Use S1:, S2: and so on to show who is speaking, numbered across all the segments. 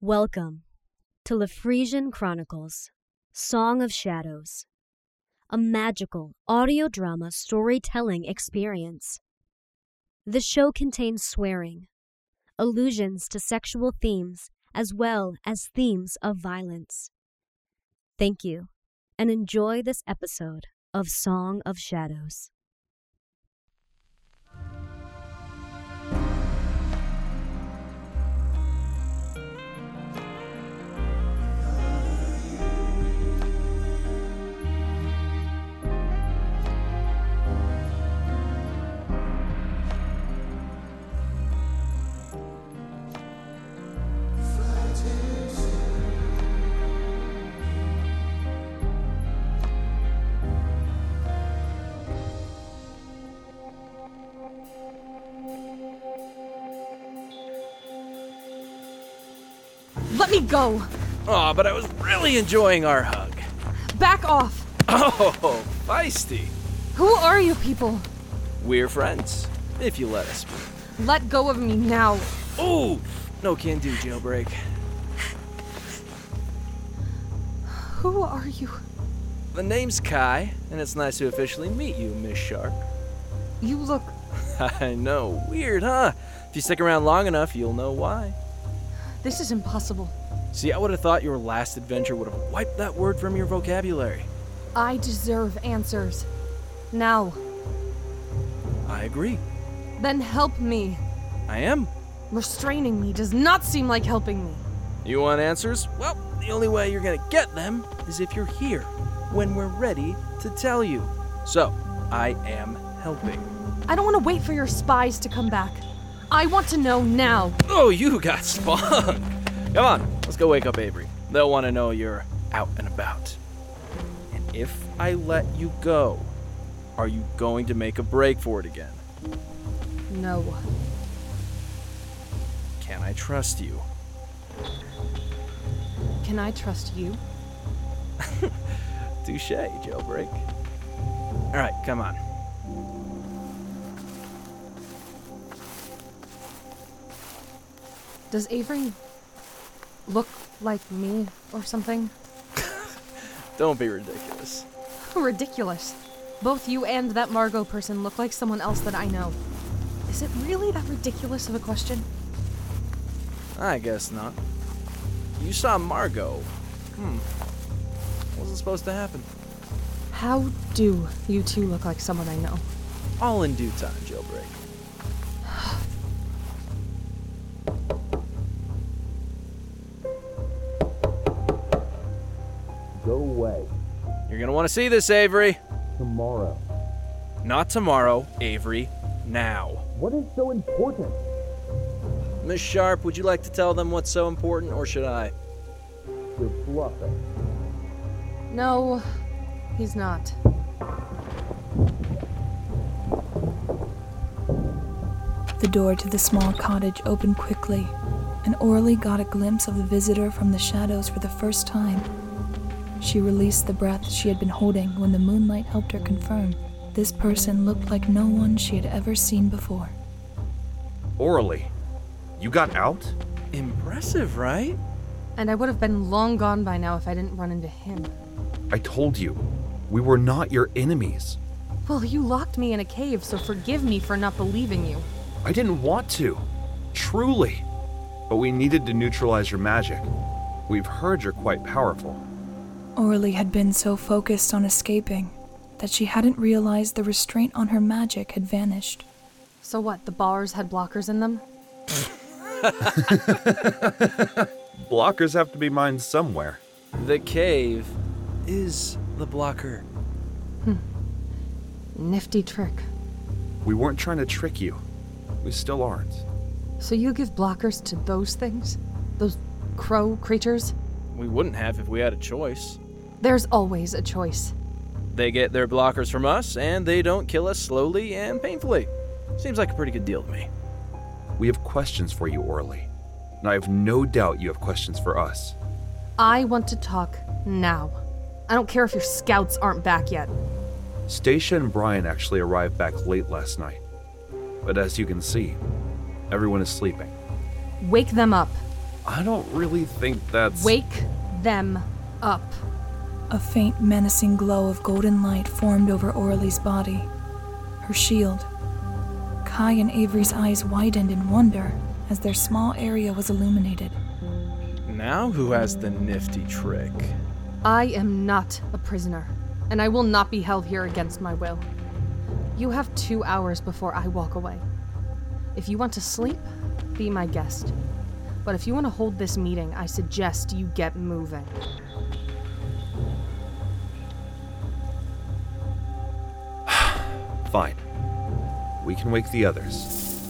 S1: Welcome to Lefrisian Chronicles Song of Shadows, a magical audio drama storytelling experience. The show contains swearing, allusions to sexual themes, as well as themes of violence. Thank you and enjoy this episode of Song of Shadows.
S2: Let me go!
S3: Aw, but I was really enjoying our hug.
S2: Back off!
S3: Oh, feisty.
S2: Who are you people?
S3: We're friends, if you let us be.
S2: Let go of me now.
S3: Ooh, no can do, jailbreak.
S2: Who are you?
S3: The name's Kai, and it's nice to officially meet you, Miss Sharp.
S2: You look.
S3: I know, weird, huh? If you stick around long enough, you'll know why.
S2: This is impossible.
S3: See, I would have thought your last adventure would have wiped that word from your vocabulary.
S2: I deserve answers. Now.
S3: I agree.
S2: Then help me.
S3: I am.
S2: Restraining me does not seem like helping me.
S3: You want answers? Well, the only way you're gonna get them is if you're here when we're ready to tell you. So, I am helping.
S2: I don't want to wait for your spies to come back. I want to know now.
S3: Oh, you got spunk. Come on, let's go wake up Avery. They'll want to know you're out and about. And if I let you go, are you going to make a break for it again?
S2: No.
S3: Can I trust you?
S2: Can I trust you?
S3: Touche, jailbreak. All right, come on.
S2: Does Avery look like me or something?
S3: Don't be ridiculous.
S2: Ridiculous. Both you and that Margot person look like someone else that I know. Is it really that ridiculous of a question?
S3: I guess not. You saw Margot. Hmm. Wasn't supposed to happen.
S2: How do you two look like someone I know?
S3: All in due time, jailbreak.
S4: Go away.
S3: You're gonna want to see this, Avery.
S4: Tomorrow.
S3: Not tomorrow, Avery. Now.
S4: What is so important?
S3: Miss Sharp, would you like to tell them what's so important, or should I?
S4: You're bluffing.
S2: No, he's not.
S5: The door to the small cottage opened quickly, and Orly got a glimpse of the visitor from the shadows for the first time. She released the breath she had been holding when the moonlight helped her confirm this person looked like no one she had ever seen before.
S6: Orally. You got out?
S3: Impressive, right?
S2: And I would have been long gone by now if I didn't run into him.
S6: I told you. We were not your enemies.
S2: Well, you locked me in a cave, so forgive me for not believing you.
S6: I didn't want to. Truly. But we needed to neutralize your magic. We've heard you're quite powerful.
S5: Orly had been so focused on escaping that she hadn't realized the restraint on her magic had vanished.
S2: So what, the bars had blockers in them?
S6: Blockers have to be mined somewhere.
S3: The cave is the blocker.
S2: Nifty trick.
S6: We weren't trying to trick you. We still aren't.
S2: So you give blockers to those things? Those crow creatures?
S3: We wouldn't have if we had a choice.
S2: There's always a choice.
S3: They get their blockers from us, and they don't kill us slowly and painfully. Seems like a pretty good deal to me.
S6: We have questions for you, Orally. And I have no doubt you have questions for us.
S2: I want to talk now. I don't care if your scouts aren't back yet.
S6: Stacia and Brian actually arrived back late last night. But as you can see, everyone is sleeping.
S2: Wake them up.
S7: I don't really think that's.
S2: Wake them up.
S5: A faint, menacing glow of golden light formed over Orly's body. Her shield. Kai and Avery's eyes widened in wonder as their small area was illuminated.
S3: Now, who has the nifty trick?
S2: I am not a prisoner, and I will not be held here against my will. You have two hours before I walk away. If you want to sleep, be my guest. But if you want to hold this meeting, I suggest you get moving.
S7: Fine. We can wake the others.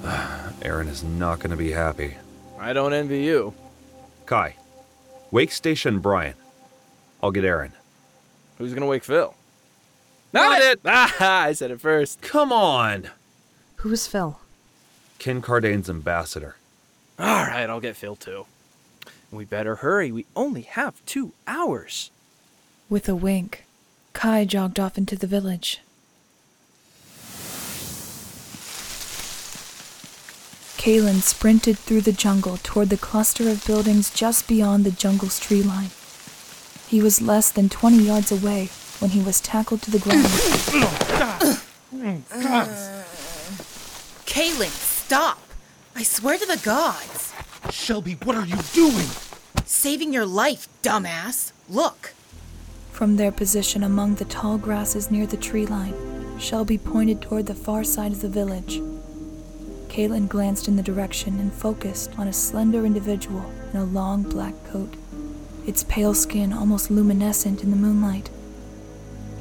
S7: Aaron is not going to be happy.
S3: I don't envy you.
S7: Kai, wake Stacia and Brian. I'll get Aaron.
S3: Who's gonna wake Phil? Not it! Ah, I said it first.
S7: Come on!
S2: Who is Phil?
S7: Ken Cardane's ambassador.
S3: All right, I'll get Phil too. We better hurry. We only have two hours.
S5: With a wink, Kai jogged off into the village. Kalen sprinted through the jungle toward the cluster of buildings just beyond the jungle's tree line. He was less than 20 yards away when he was tackled to the ground.
S8: Kaylin, stop! I swear to the gods!
S9: Shelby, what are you doing?
S8: Saving your life, dumbass! Look!
S5: From their position among the tall grasses near the tree line, Shelby pointed toward the far side of the village. Caitlin glanced in the direction and focused on a slender individual in a long black coat, its pale skin almost luminescent in the moonlight.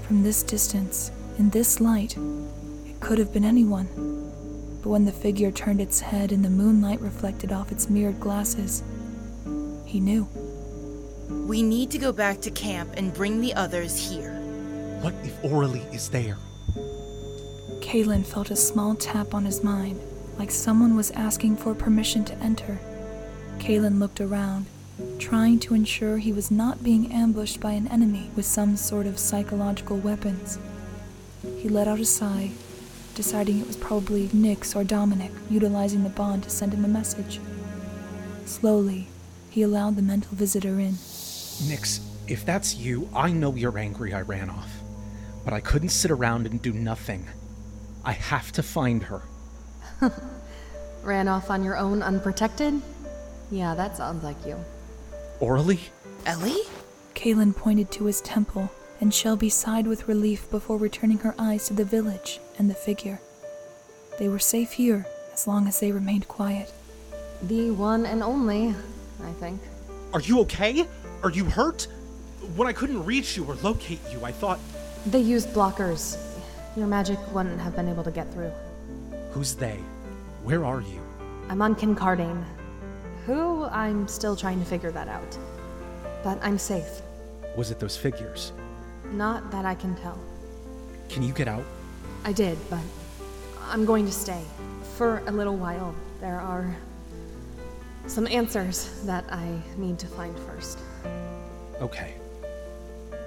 S5: From this distance, in this light, it could have been anyone. But when the figure turned its head and the moonlight reflected off its mirrored glasses, he knew.
S8: We need to go back to camp and bring the others here.
S9: What if Orally is there?
S5: Kalen felt a small tap on his mind, like someone was asking for permission to enter. Kalen looked around, trying to ensure he was not being ambushed by an enemy with some sort of psychological weapons. He let out a sigh, deciding it was probably Nix or Dominic utilizing the bond to send him a message. Slowly, he allowed the mental visitor in.
S9: Nix, if that's you, I know you're angry I ran off. But I couldn't sit around and do nothing. I have to find her.
S2: Ran off on your own unprotected? Yeah, that sounds like you.
S9: Orally?
S8: Ellie?
S5: Kalen pointed to his temple, and Shelby sighed with relief before returning her eyes to the village and the figure. They were safe here as long as they remained quiet.
S2: The one and only, I think.
S9: Are you okay? Are you hurt? When I couldn't reach you or locate you, I thought,
S2: They used blockers. Your magic wouldn't have been able to get through.
S9: who's they? Where are you?
S2: I'm on Kincardine. Who? I'm still trying to figure that out. But I'm safe.
S9: Was it those figures?
S2: Not that I can tell.
S9: Can you get out?
S2: I did, but I'm going to stay for a little while. There are some answers that I need to find first.
S9: Okay.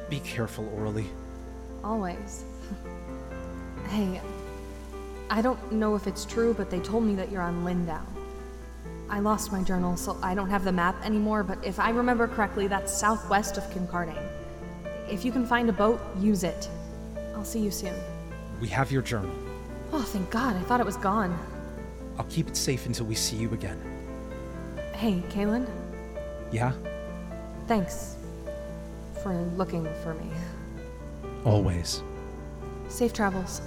S9: Be careful, Orally.
S2: Always. hey, I don't know if it's true, but they told me that you're on Lindau. I lost my journal, so I don't have the map anymore, but if I remember correctly, that's southwest of Kincardine. If you can find a boat, use it. I'll see you soon.
S9: We have your journal.
S2: Oh, thank God, I thought it was gone.
S9: I'll keep it safe until we see you again.
S2: Hey, Kaylin,
S9: Yeah?
S2: thanks for looking for me.
S9: Always.
S2: Safe travels.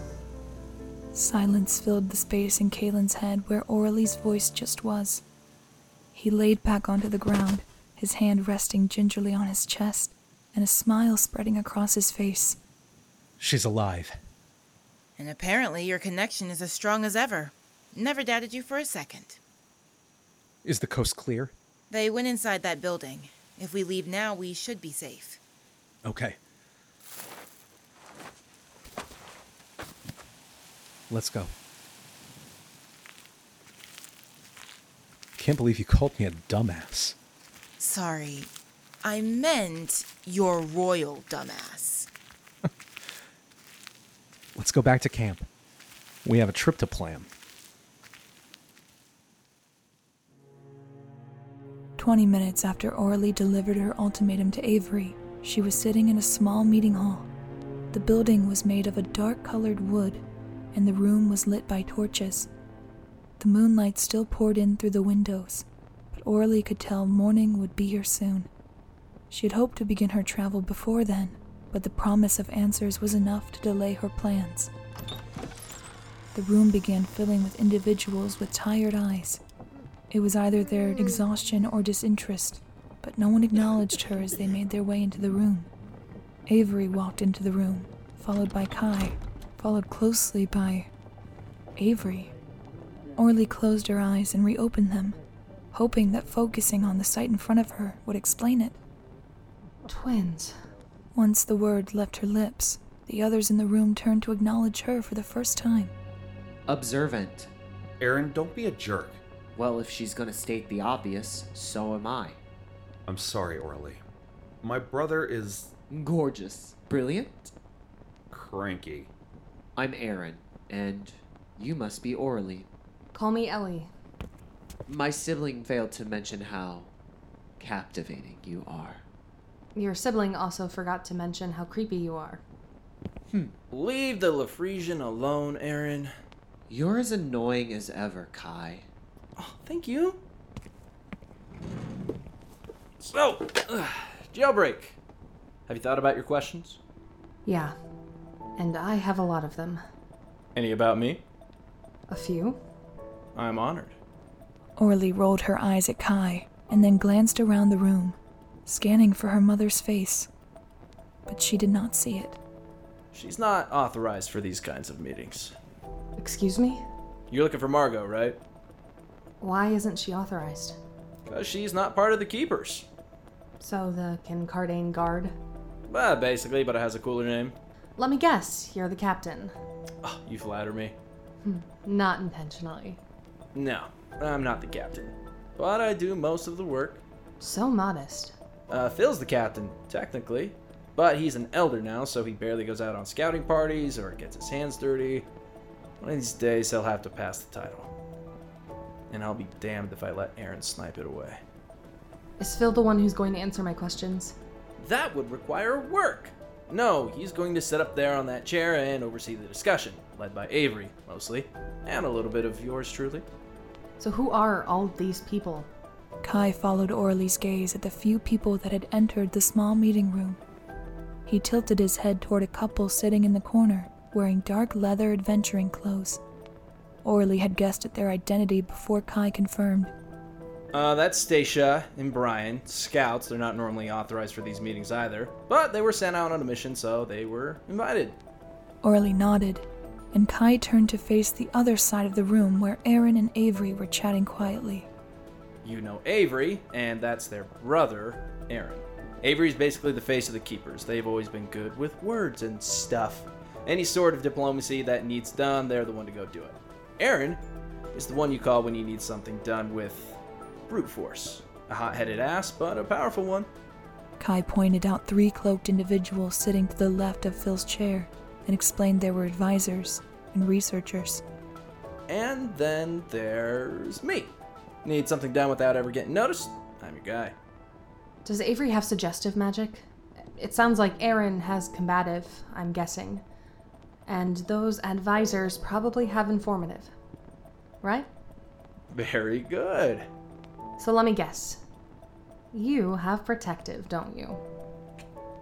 S5: Silence filled the space in Kalen's head where Orly's voice just was. He laid back onto the ground, his hand resting gingerly on his chest, and a smile spreading across his face.
S9: She's alive.
S8: And apparently your connection is as strong as ever. Never doubted you for a second.
S9: Is the coast clear?
S8: They went inside that building. If we leave now, we should be safe.
S9: Okay. Let's go. Can't believe you called me a dumbass.
S8: Sorry. I meant your royal dumbass.
S9: Let's go back to camp. We have a trip to plan.
S5: Twenty minutes after Orly delivered her ultimatum to Avery, she was sitting in a small meeting hall. The building was made of a dark colored wood, and the room was lit by torches. The moonlight still poured in through the windows, but Orly could tell morning would be here soon. She had hoped to begin her travel before then, but the promise of answers was enough to delay her plans. The room began filling with individuals with tired eyes. It was either their exhaustion or disinterest, but no one acknowledged her as they made their way into the room. Avery walked into the room, followed by Kai, followed closely by Avery. Orly closed her eyes and reopened them, hoping that focusing on the sight in front of her would explain it.
S2: Twins.
S5: Once the word left her lips, the others in the room turned to acknowledge her for the first time.
S10: Observant.
S7: Aaron, don't be a jerk.
S10: Well, if she's gonna state the obvious, so Oh, am I.
S7: I'm sorry, Orly. My brother is
S10: Gorgeous. Brilliant.
S7: cranky.
S10: I'm Aaron, and you must be Orly.
S2: Call me Ellie.
S10: My sibling failed to mention how captivating you are.
S2: Your sibling also forgot to mention how creepy you are.
S3: Leave the Lafrisian alone, Aaron.
S10: You're as annoying as ever, Kai.
S3: Oh, thank you. So, jailbreak. Have you thought about your questions?
S2: Yeah. And I have a lot of them.
S3: Any about me?
S2: A few?
S3: I'm honored.
S5: Orly rolled her eyes at Kai and then glanced around the room, scanning for her mother's face. But she did not see it.
S3: She's not authorized for these kinds of meetings.
S2: Excuse me?
S3: You're looking for Margot, right?
S2: Why isn't she authorized?
S3: Because she's not part of the Keepers.
S2: So the Kincardine Guard?
S3: Well, basically, but it has a cooler name.
S2: Let me guess, you're the captain. Hmm,
S3: Oh, you flatter me.
S2: Not intentionally.
S3: No, I'm not the captain. But I do most of the work.
S2: So modest.
S3: Uh, Phil's the captain, technically. But he's an elder now, so he barely goes out on scouting parties or gets his hands dirty. One of these days, he'll have to pass the title. And I'll be damned if I let Aaron snipe it away.
S2: Is Phil the one who's going to answer my questions?
S3: That would require work! No, he's going to sit up there on that chair and oversee the discussion, led by Avery, mostly, and a little bit of yours truly.
S2: So who are all these people?
S5: Kai followed Orly's gaze at the few people that had entered the small meeting room. He tilted his head toward a couple sitting in the corner, wearing dark leather adventuring clothes. Orly had guessed at their identity before Kai confirmed.
S3: Uh, that's Stacia and Brian, scouts. They're not normally authorized for these meetings either, but they were sent out on a mission, so they were invited.
S5: Orly nodded, and Kai turned to face the other side of the room where Aaron and Avery were chatting quietly.
S3: You know Avery, and that's their brother, Aaron. Avery's basically the face of the Keepers. They've always been good with words and stuff. Any sort of diplomacy that needs done, they're the one to go do it. Aaron is the one you call when you need something done with brute force. A hot headed ass, but a powerful one.
S5: Kai pointed out three cloaked individuals sitting to the left of Phil's chair and explained they were advisors and researchers.
S3: And then there's me. Need something done without ever getting noticed? I'm your guy.
S2: Does Avery have suggestive magic? It sounds like Aaron has combative, I'm guessing. And those advisors probably have informative. Right?
S3: Very good.
S2: So let me guess. You have protective, don't you?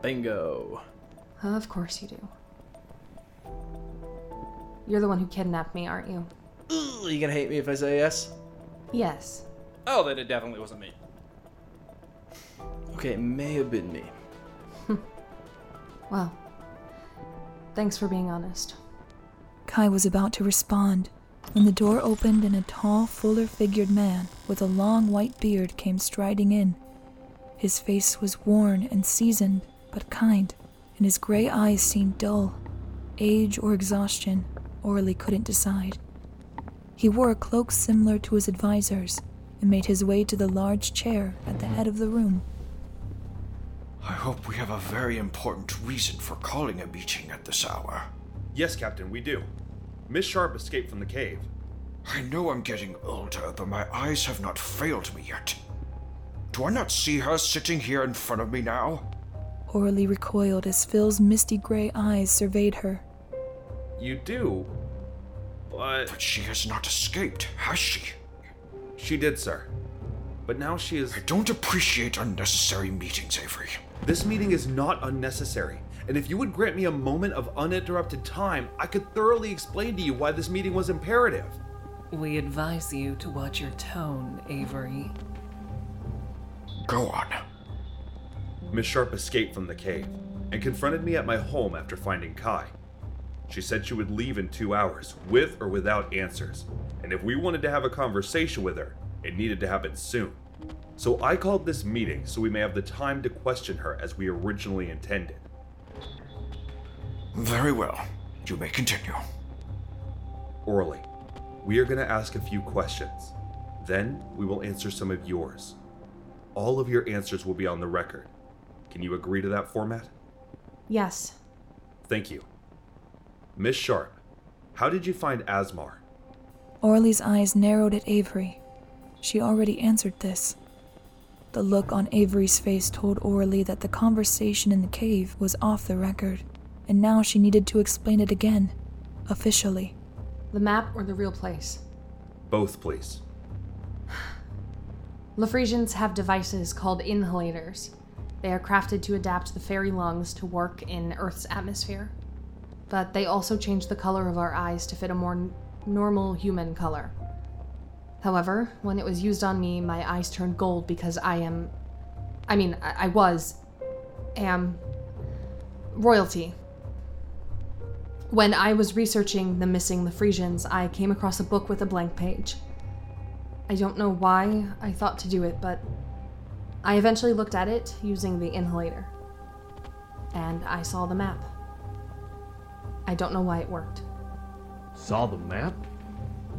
S3: Bingo.
S2: Of course you do. You're the one who kidnapped me, aren't you?
S3: Ugh, you gonna hate me if I say yes?
S2: Yes.
S3: Oh, then it definitely wasn't me. Okay, it may have been me.
S2: Well, thanks for being honest.
S5: Kai was about to respond when the door opened and a tall, fuller figured man with a long white beard came striding in. His face was worn and seasoned, but kind, and his gray eyes seemed dull. Age or exhaustion, Orly couldn't decide. He wore a cloak similar to his advisor's and made his way to the large chair at the head of the room.
S6: I hope we have a very important reason for calling a meeting at this hour.
S7: Yes, Captain, we do. Miss Sharp escaped from the cave.
S6: I know I'm getting older, but my eyes have not failed me yet. Do I not see her sitting here in front of me now?
S5: Orly recoiled as Phil's misty gray eyes surveyed her.
S7: You do. But.
S6: But she has not escaped, has she?
S7: She did, sir. But now she is.
S6: I don't appreciate unnecessary meetings, Avery.
S7: This meeting is not unnecessary, and if you would grant me a moment of uninterrupted time, I could thoroughly explain to you why this meeting was imperative.
S11: We advise you to watch your tone, Avery.
S6: Go on.
S7: Miss Sharp escaped from the cave and confronted me at my home after finding Kai. She said she would leave in two hours, with or without answers, and if we wanted to have a conversation with her, it needed to happen soon. So I called this meeting so we may have the time to question her as we originally intended.
S6: Very well. You may continue.
S7: Orally, we are going to ask a few questions. Then we will answer some of yours. All of your answers will be on the record. Can you agree to that format?
S2: Yes.
S7: Thank you. Miss Sharp, how did you find Asmar?
S5: Orly's eyes narrowed at Avery. She already answered this. The look on Avery's face told Orly that the conversation in the cave was off the record, and now she needed to explain it again, officially.
S2: The map or the real place?
S7: Both, please.
S2: Lafrisians have devices called inhalators. They are crafted to adapt the fairy lungs to work in Earth's atmosphere. But they also change the color of our eyes to fit a more n- normal human color. However, when it was used on me, my eyes turned gold because I am. I mean, I, I was. am. royalty. When I was researching the missing Lafrisians, I came across a book with a blank page. I don't know why I thought to do it, but I eventually looked at it using the inhalator. And I saw the map. I don't know why it worked.
S12: Saw the map?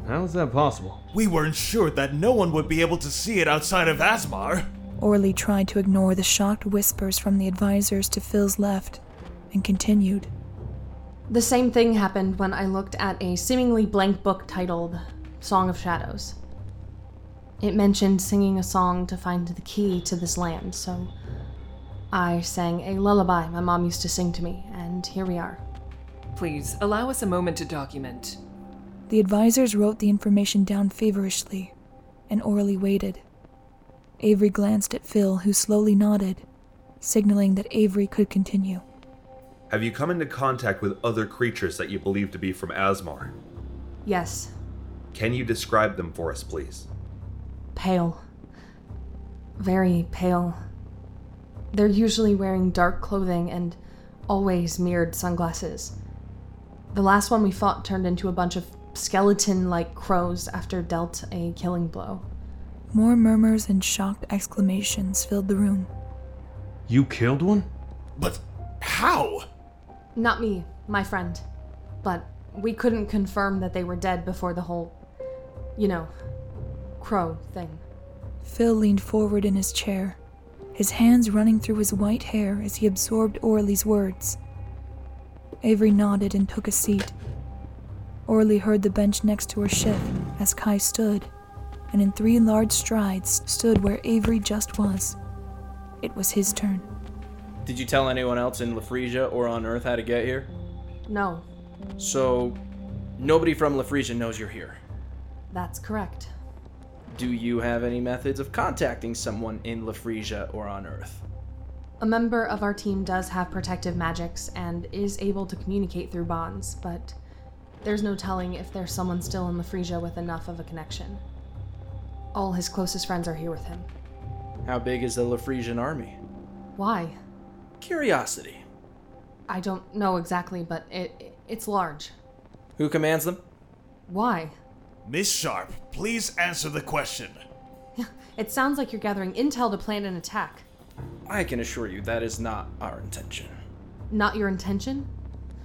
S12: How is that possible?
S13: We were ensured that no one would be able to see it outside of Asmar.
S5: Orly tried to ignore the shocked whispers from the advisors to Phil's left and continued.
S2: The same thing happened when I looked at a seemingly blank book titled Song of Shadows. It mentioned singing a song to find the key to this land, so I sang a lullaby my mom used to sing to me, and here we are.
S11: Please allow us a moment to document.
S5: The advisors wrote the information down feverishly, and Orly waited. Avery glanced at Phil, who slowly nodded, signaling that Avery could continue.
S7: Have you come into contact with other creatures that you believe to be from Asmar?
S2: Yes.
S7: Can you describe them for us, please?
S2: Pale. Very pale. They're usually wearing dark clothing and always mirrored sunglasses. The last one we fought turned into a bunch of skeleton like crows after dealt a killing blow.
S5: More murmurs and shocked exclamations filled the room.
S12: You killed one?
S13: But how?
S2: Not me, my friend. But we couldn't confirm that they were dead before the whole, you know, crow thing.
S5: Phil leaned forward in his chair, his hands running through his white hair as he absorbed Orly's words. Avery nodded and took a seat. Orly heard the bench next to her shift as Kai stood, and in three large strides stood where Avery just was. It was his turn.
S3: Did you tell anyone else in Lafrisia or on Earth how to get here?
S2: No.
S3: So, nobody from Lafrisia knows you're here?
S2: That's correct.
S3: Do you have any methods of contacting someone in Lafrisia or on Earth?
S2: A member of our team does have protective magics and is able to communicate through bonds, but there's no telling if there's someone still in Lafrisia with enough of a connection. All his closest friends are here with him.
S3: How big is the Lafrisian army?
S2: Why?
S3: Curiosity.
S2: I don't know exactly, but it, it's large.
S3: Who commands them?
S2: Why?
S13: Miss Sharp, please answer the question.
S2: It sounds like you're gathering intel to plan an attack.
S3: I can assure you that is not our intention.
S2: Not your intention?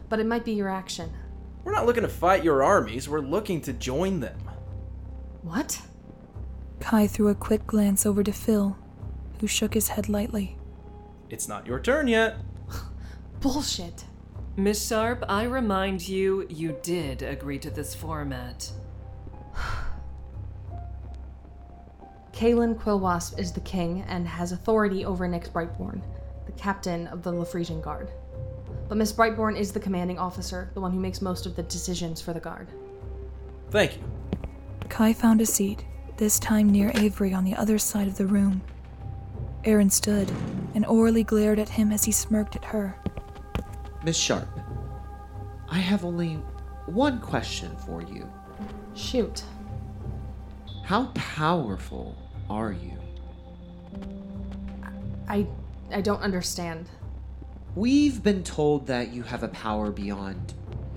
S2: But it might be your action.
S3: We're not looking to fight your armies, we're looking to join them.
S2: What?
S5: Kai threw a quick glance over to Phil, who shook his head lightly.
S3: It's not your turn yet.
S2: Bullshit.
S11: Miss Sharp, I remind you, you did agree to this format.
S2: Kalen Quillwasp is the king and has authority over Nick Brightborn, the captain of the Lafrisian Guard. But Miss Brightborn is the commanding officer, the one who makes most of the decisions for the guard.
S3: Thank you.
S5: Kai found a seat, this time near Avery on the other side of the room. Aaron stood, and Orly glared at him as he smirked at her.
S10: Miss Sharp, I have only one question for you.
S2: Shoot.
S10: How powerful are you?
S2: I I don't understand.
S10: We've been told that you have a power beyond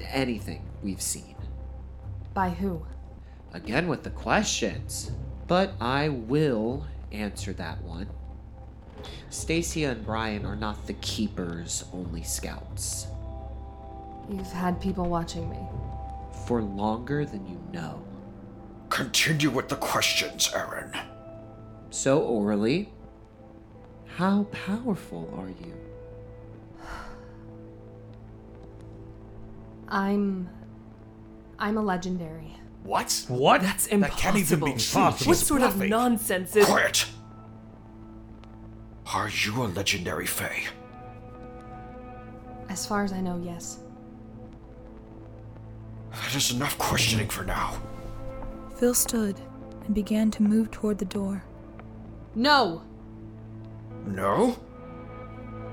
S10: anything we've seen.
S2: By who?
S10: Again with the questions, but I will answer that one. Stacia and Brian are not the keepers, only scouts.
S2: You've had people watching me.
S10: For longer than you know.
S6: Continue with the questions, Aaron.
S10: So, orally, how powerful are you?
S2: I'm I'm a legendary.
S13: What?
S12: What?
S11: That's
S13: That
S11: impossible.
S13: can't even be true.
S11: What
S13: She's
S11: sort of
S13: bluffing.
S11: nonsense is?
S6: Quiet! Are you a legendary Fae?
S2: As far as I know, yes.
S6: That is enough questioning for now.
S5: Phil stood and began to move toward the door.
S2: No!
S6: No?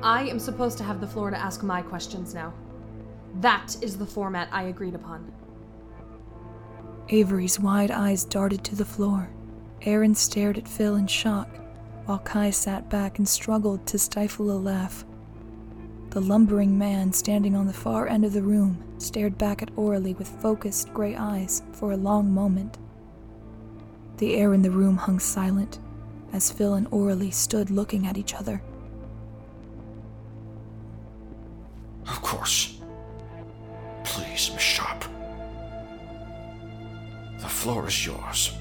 S2: I am supposed to have the floor to ask my questions now. That is the format I agreed upon.
S5: Avery's wide eyes darted to the floor. Aaron stared at Phil in shock, while Kai sat back and struggled to stifle a laugh. The lumbering man standing on the far end of the room stared back at Orly with focused gray eyes for a long moment. The air in the room hung silent as Phil and Orly stood looking at each other.
S6: Of course. Please, Miss Sharp. The floor is yours.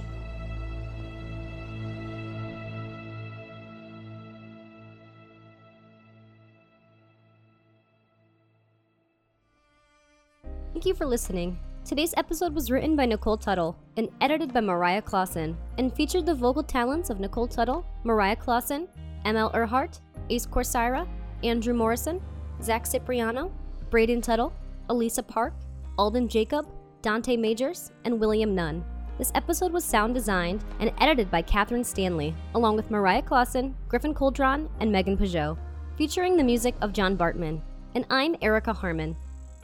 S1: Thank you for listening. Today's episode was written by Nicole Tuttle and edited by Mariah Clausen and featured the vocal talents of Nicole Tuttle, Mariah Clausen, ML Earhart, Ace Corsaira, Andrew Morrison, Zach Cipriano, Braden Tuttle, Elisa Park, Alden Jacob, Dante Majors, and William Nunn. This episode was sound designed and edited by Katherine Stanley, along with Mariah Clausen, Griffin Coldron, and Megan Peugeot, featuring the music of John Bartman. And I'm Erica Harmon.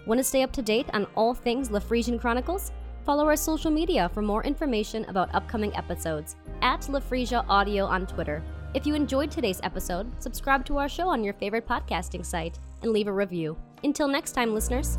S1: Want to stay up to date on all things Lafrisian Chronicles? Follow our social media for more information about upcoming episodes at Lafrisia Audio on Twitter. If you enjoyed today's episode, subscribe to our show on your favorite podcasting site and leave a review. Until next time, listeners.